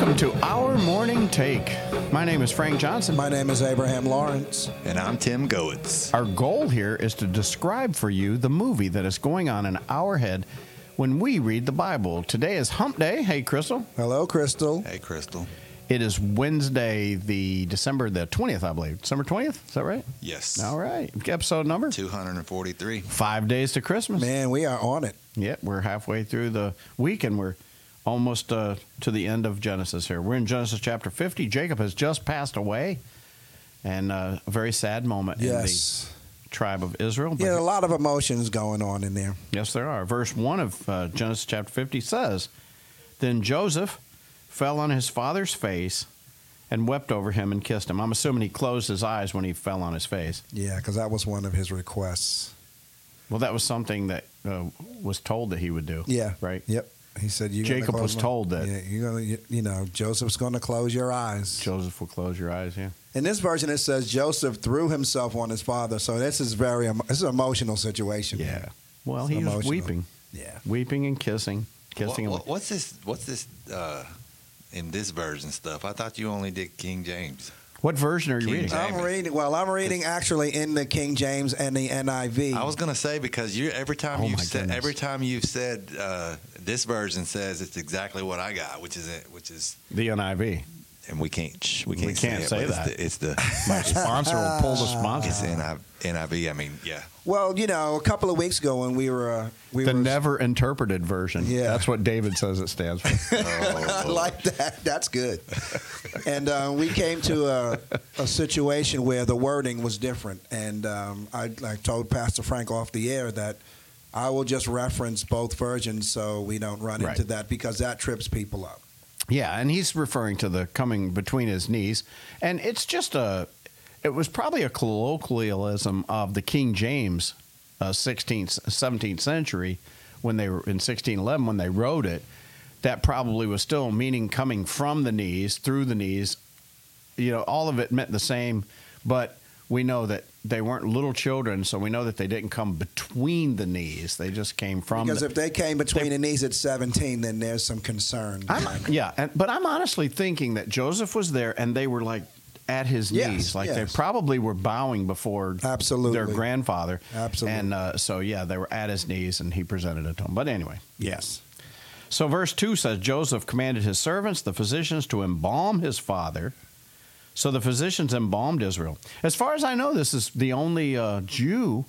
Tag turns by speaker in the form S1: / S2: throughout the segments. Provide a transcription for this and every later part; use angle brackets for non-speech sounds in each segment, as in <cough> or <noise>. S1: Our morning take. My name is Frank Johnson.
S2: My name is Abraham Lawrence.
S3: And I'm Tim Goetz.
S1: Our goal here is to describe for you the movie that is going on in our head when we read the Bible. Today is Hump Day. Hey, Crystal.
S2: Hello, Crystal.
S3: Hey, Crystal.
S1: It is Wednesday, the December the 20th, I believe. December 20th? Is that right?
S3: Yes.
S1: All right. Episode number?
S3: 243.
S1: Five days to Christmas.
S2: Man, we are on it.
S1: Yeah, we're halfway through the week and we're almost uh, to the end of Genesis here. We're in Genesis chapter 50. Jacob has just passed away, and uh, a very sad moment
S2: Yes.
S1: in the tribe of Israel. But
S2: Yeah, a lot of emotions going on in there.
S1: Yes, there are. Verse 1 of uh, Genesis chapter 50 says Then Joseph fell on his father's face and wept over him and kissed him. I'm assuming he closed his eyes when he fell on his face.
S2: Yeah, because that was one of his requests.
S1: Well, that was something that uh, was told that he would do.
S2: Yeah.
S1: Right?
S2: Yep. He said, "You."
S1: Jacob was told that.
S2: Yeah, you're gonna. You, you know, Joseph's going to close your eyes.
S1: Joseph will close your eyes, yeah.
S2: In this version, it says Joseph threw himself on his father. So this is very. emo- This is an emotional situation.
S1: Well,
S2: It's
S1: he was
S2: emotional.
S1: weeping,
S2: Yeah.
S1: weeping and kissing, kissing
S3: What-
S1: and
S3: what- what's this? What's this? Uh, in this version stuff, I thought you only did King James.
S1: What version are you
S3: King
S1: reading?
S3: James.
S2: I'm reading. Well, I'm reading actually in the King James and the NIV.
S3: I was gonna say because you every time
S1: Oh,
S3: you've
S1: my
S3: said
S1: goodness.
S3: every time you've said uh, this version says it's exactly what I got, which is it, which is
S1: The NIV.
S3: and we can't shh, we
S1: We
S3: can't
S1: can't
S3: it,
S1: say
S3: but
S1: that.
S3: It's the, it's the
S1: My sponsor will pull <laughs> the
S3: it's
S1: sponsor.
S3: NIV, NIV. I mean, yeah.
S2: well, you know, a couple of weeks ago when we were uh, we
S1: The
S2: were
S1: never interpreted version.
S2: Yeah.
S1: That's what David says it stands for.
S2: <laughs> I like that. That's good. and uh, we came to a, a situation where the wording was different, and um, I, I told Pastor Frank off the air that I will just reference both versions so we don't run
S1: Right.
S2: into that because that trips people up.
S1: yeah, and he's referring to the coming between his knees. And it's just a, it was probably a colloquialism of the King James uh, 16th, 17th century when they were in 1611 when they wrote it. That probably was still meaning coming from the knees, through the knees, you know, all of it meant the same, but we know that they weren't little children, so we know that they didn't come between the knees. They just came from.
S2: Because
S1: the-
S2: if they came between the knees at 17, then there's some concern.
S1: I'm, yeah, and, but I'm honestly thinking that Joseph was there, and they were like at his
S2: Yes,
S1: knees, like
S2: yes.
S1: they probably were bowing before
S2: Absolutely.
S1: their grandfather.
S2: Absolutely.
S1: and uh, so yeah, they were at his knees, and he presented it to him. But anyway,
S2: yes.
S1: so verse 2 says Joseph commanded his servants, the physicians, to embalm his father. So the physicians embalmed Israel. As far as I know, this is the only uh, Jew,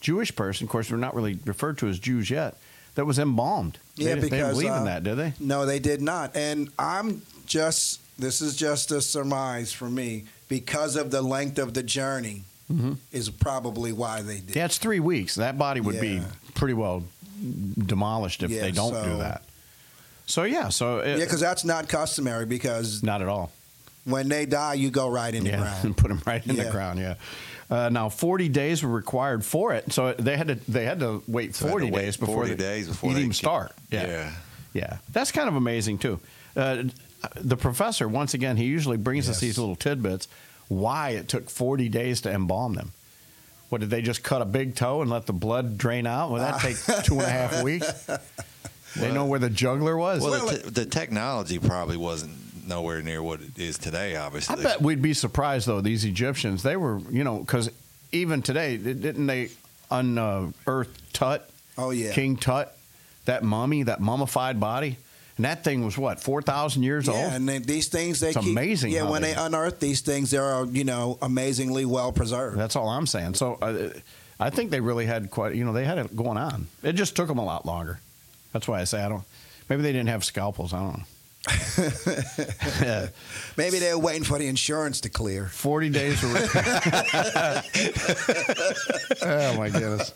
S1: Jewish person, of course, we're not really referred to as Jews yet, that was embalmed. They
S2: Yeah,
S1: didn't- they didn't
S2: because,
S1: believe in
S2: uh,
S1: that, did they?
S2: No, they did not. And I'm just, this is just a surmise for me, because of the length of the journey is probably why they did.
S1: Yeah, it's three weeks. That body would be
S2: Yeah.
S1: pretty well demolished if
S2: Yeah,
S1: they don't do
S2: so-
S1: that. So, yeah, so it,
S2: Yeah, because that's not customary. Because
S1: not at all.
S2: when they die, you go right in the
S1: yeah,
S2: ground.
S1: and <laughs> put them right in the
S2: Yeah.
S1: ground. Yeah. Uh, now, forty days were required for it, so they had to they had to wait
S3: So I
S1: <laughs>
S3: had
S1: forty
S3: to wait
S1: days before they,
S3: 40 Oh. days before
S1: you'd
S3: they
S1: even
S3: ca-
S1: start. Yeah. yeah,
S3: Yeah.
S1: That's kind of amazing too. Uh, the professor, once again, he usually brings us
S2: Yes.
S1: these little tidbits. Why it took forty days to embalm them? What did they just cut a big toe and let the blood drain out? Well,
S2: Ah.
S1: that take two and a
S2: <laughs>
S1: half weeks. They know where the juggler was.
S3: Well, the, te- the technology probably wasn't nowhere near what it is today. Obviously,
S1: I bet we'd be surprised though. These Egyptians, they were, you know, because even today, di- didn't they unearth Tut,
S2: Oh yeah,
S1: King Tut, that mummy, that mummified body, and that thing was what four thousand years
S2: yeah.
S1: old.
S2: And they, these things they
S1: It's
S2: keep.
S1: amazing
S2: Yeah,
S1: how
S2: when
S1: they-
S2: they, unearth these things, they are you know amazingly well preserved.
S1: That's all I'm saying. So uh, I think they really had quite, you know, they had it going on. It just took them a lot longer. That's why I say I don't. Maybe they didn't have scalpels. I don't know. Yeah.
S2: Maybe they're waiting for the insurance to clear.
S1: 40 days were oh my goodness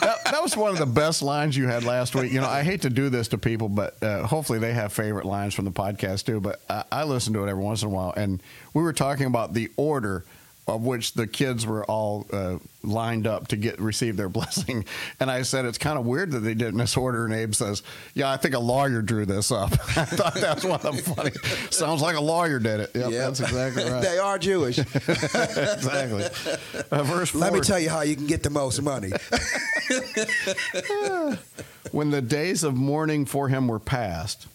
S1: that, that was one of the best lines you had last week you know i hate to do this to people but uh, hopefully they have favorite lines from the podcast too but I, I listen to it every once in a while and we were talking about the order of which the kids were all uh, lined up to get receive their <laughs> blessing and i said it's kind of weird that they did it in this order and abe says yeah i think a lawyer drew this up <laughs> i thought that's one of the funny sounds like a lawyer did it yep,
S2: Yep.
S1: that's
S2: <laughs>
S1: exactly right
S2: they
S1: <laughs>
S2: are Jewish. <laughs>
S1: exactly. Uh, verse four.
S2: Let me tell you how you can get the most money.
S1: when the days of mourning for him were past,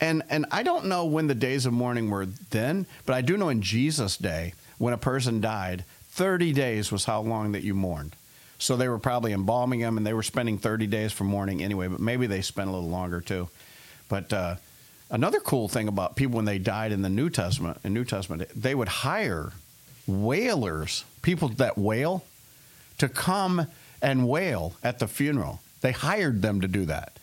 S1: And and I don't know when the days of mourning were then, but I do know in Jesus' day, when a person died, 30 days was how long that you mourned. So they were probably embalming him, and they were spending 30 days for mourning anyway. But maybe they spent a little longer too. But uh, another cool thing about people when they died in the New Testament, in New Testament, they would hire wailers, people that wail, to come and wail at the funeral. They hired them to do that.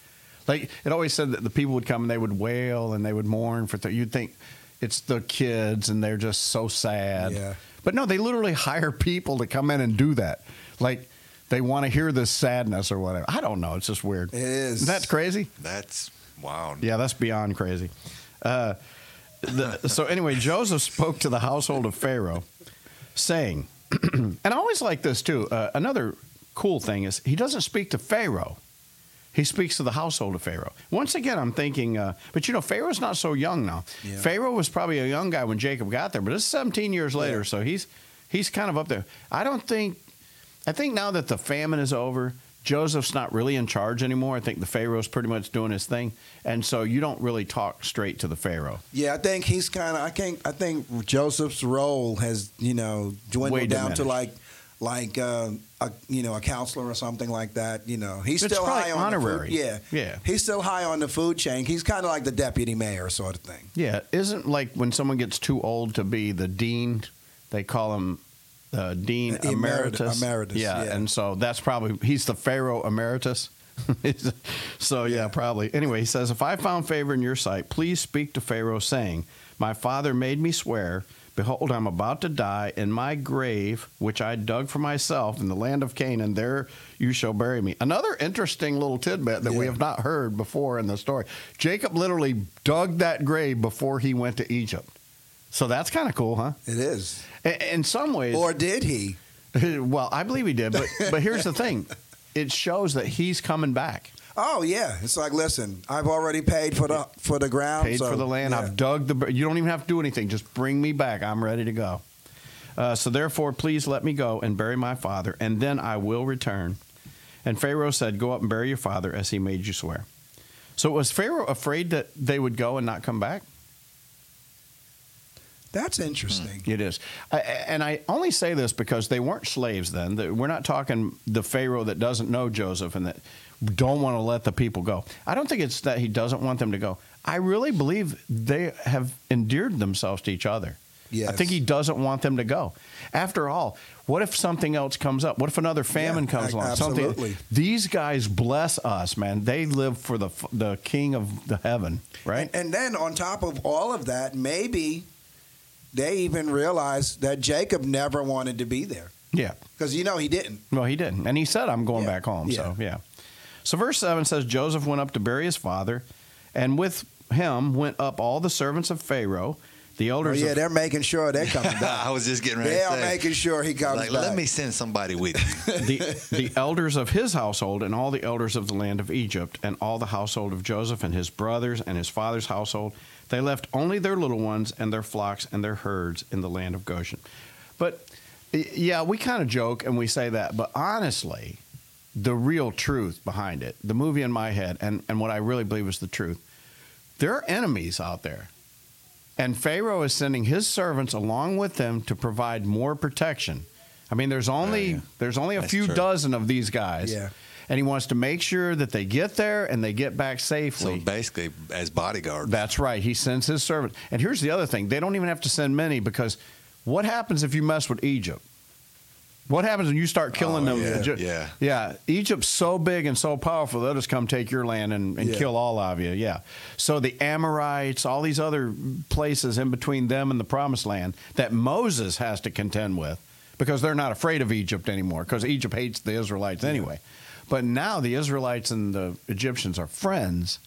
S1: Like it always said that the people would come and they would wail and they would mourn for. Th- you'd think it's the kids and they're just so sad.
S2: Yeah.
S1: But no, they literally <laughs> hire people to come in and do that. Like they want to hear this sadness or whatever. I don't know. It's just weird.
S2: It is.
S1: That's crazy.
S3: That's wow.
S1: Yeah, that's beyond crazy. Uh, the, so anyway, Joseph spoke to the household of Pharaoh, saying, <clears throat> and I always like this too. Uh, another cool thing is he doesn't speak to Pharaoh; he speaks to the household of Pharaoh. Once again, I'm thinking, uh, but you know, Pharaoh's not so young now.
S2: Yeah.
S1: Pharaoh was probably a young guy when Jacob got there, but it's 17 years later, so he's he's kind of up there. I don't think I think now that the famine is over, Joseph's not really in charge anymore. I think the Pharaoh's pretty much doing his thing. And so you don't really talk straight to the Pharaoh.
S2: Yeah, I think he's kind of. I think I think Joseph's role has you know dwindled
S1: Way
S2: down to like
S1: diminished.
S2: like uh, a you know a counselor or something like that. You know, he's
S1: It's
S2: still
S1: probably
S2: high on
S1: honorary.
S2: The food, yeah,
S1: Yeah.
S2: He's still high on the food chain. He's kind of like the deputy mayor sort of thing.
S1: Yeah. Isn't like when someone gets too old to be the dean, they call him uh, Dean
S2: Emerit-
S1: Emeritus.
S2: emeritus, yeah.
S1: And so that's probably, he's the Pharaoh Emeritus. <laughs> so yeah, probably. Anyway, he says, If I found favor in your sight, please speak to Pharaoh, saying, My father made me swear, Behold, I'm about to die in my grave, which I dug for myself in the land of Canaan. There you shall bury me. Another interesting little tidbit that we
S2: Yeah.
S1: have not heard before in the story. Jacob literally dug that grave before he went to Egypt. So that's kind of cool, huh?
S2: It is.
S1: In, in some ways,
S2: Or did he?
S1: <laughs> well, I believe he did, but but here's the thing:
S2: <laughs>
S1: it shows that he's coming back.
S2: Oh yeah. It's like listen, I've already paid for the for the ground.
S1: paid
S2: so,
S1: for the land.
S2: yeah.
S1: I've dug the. You don't even have to do anything. Just bring me back. I'm ready to go. Uh, so therefore, please let me go and bury my father, and then I will return. And Pharaoh said, "Go up and bury your father, as he made you swear." So was Pharaoh afraid that they would go and not come back?
S2: That's interesting.
S1: It is, I, and I only say this because they weren't slaves then. The- We're not talking the Pharaoh that doesn't know Joseph and that don't want to let the people go. I don't think it's that he doesn't want them to go. I really believe they have endeared themselves to each other.
S2: Yes.
S1: I think he doesn't want them to go. After all, what if something else comes up? What if another famine
S2: Yeah,
S1: comes
S2: a-
S1: along?
S2: absolutely.
S1: Something. These guys bless us, man. They live for the f- the King of the Heaven, right?
S2: And, and then on top of all of that, maybe they even realized that Jacob never wanted to be there
S1: yeah.
S2: because you know he didn't.
S1: Well, he didn't. And he said, I'm going
S2: Yeah.
S1: back home. So, yeah. So, verse 7 says Joseph went up to bury his father, and with him went up all the servants of Pharaoh, the
S2: Oh,
S1: elders
S2: yeah,
S1: of
S2: they're making sure they're coming
S3: <laughs>
S2: back.
S3: <laughs> I was just getting ready.
S2: they
S3: to
S2: are
S3: say,
S2: making sure he comes
S3: Like,
S2: back.
S3: let me send somebody with you.
S1: the, the elders of his household and all the elders of the land of Egypt and all the household of Joseph and his brothers and his father's household. They left only their little ones and their flocks and their herds in the land of Goshen. But y- yeah, we kind of joke and we say that, but honestly, the real truth behind it, the movie in my head, and, and what I really believe is the truth, there are enemies out there. And Pharaoh is sending his servants along with them to provide more protection. I mean, there's only
S3: yeah.
S1: there's only a
S3: That's
S1: few
S3: true.
S1: dozen of these guys.
S2: Yeah.
S1: And he wants to make sure that they get there and they get back
S3: so
S1: safely.
S3: basically, as bodyguards.
S1: That's right. He sends his servant. And here's the other thing they don't even have to send many because what happens if you mess with Egypt? What happens when you start killing
S3: Oh,
S1: them?
S3: yeah,
S1: Ju-
S3: yeah.
S1: yeah. Egypt's so big and so powerful, they'll just come take your land and, and
S2: Yeah.
S1: kill all of you. Yeah. So the Amorites, all these other places in between them and the promised land that Moses has to contend with because they're not afraid of Egypt anymore because Egypt hates the Israelites anyway. But now the Israelites and the Egyptians are friends.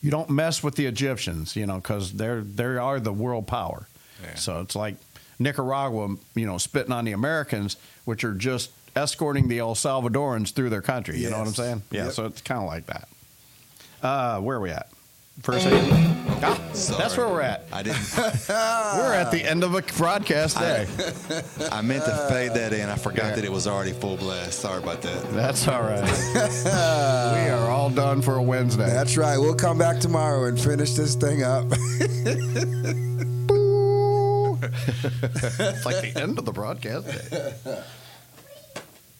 S1: You don't mess with the Egyptians, you know, because they're they are the world power.
S3: Yeah.
S1: So it's like Nicaragua, you know, spitting on the Americans, which are just escorting the El Salvadorans through their country. You know what I'm
S2: Yes.
S1: saying? Yeah.
S2: Yep.
S1: So it's kind of like that. Uh, where are we at? First aid. Ah, that's
S3: Sorry.
S1: where we're at.
S3: I didn't.
S1: We're at the end of a broadcast day.
S3: I meant to fade that in. I forgot that it was already full blast. Sorry about
S1: <laughs>
S3: that.
S1: That's all
S3: <laughs>
S1: right. we are all done for a Wednesday.
S2: That's right. We'll come back tomorrow and finish this thing up.
S1: It's like the end of the broadcast day.